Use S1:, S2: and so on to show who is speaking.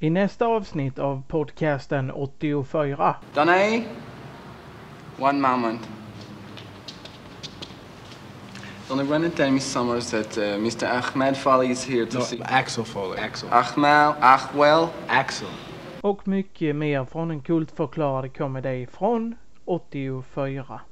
S1: I nästa avsnitt av podcasten 84.
S2: Danae, eh? one moment. Donny Brennan tell me Summers that uh, Mr. Ahmed Fali is here to
S3: No,
S2: see
S3: Axel Foley. Axel.
S2: Ahmed Ahwel.
S3: Axel.
S1: Och mycket mer från en kultförklarad komedi från 84.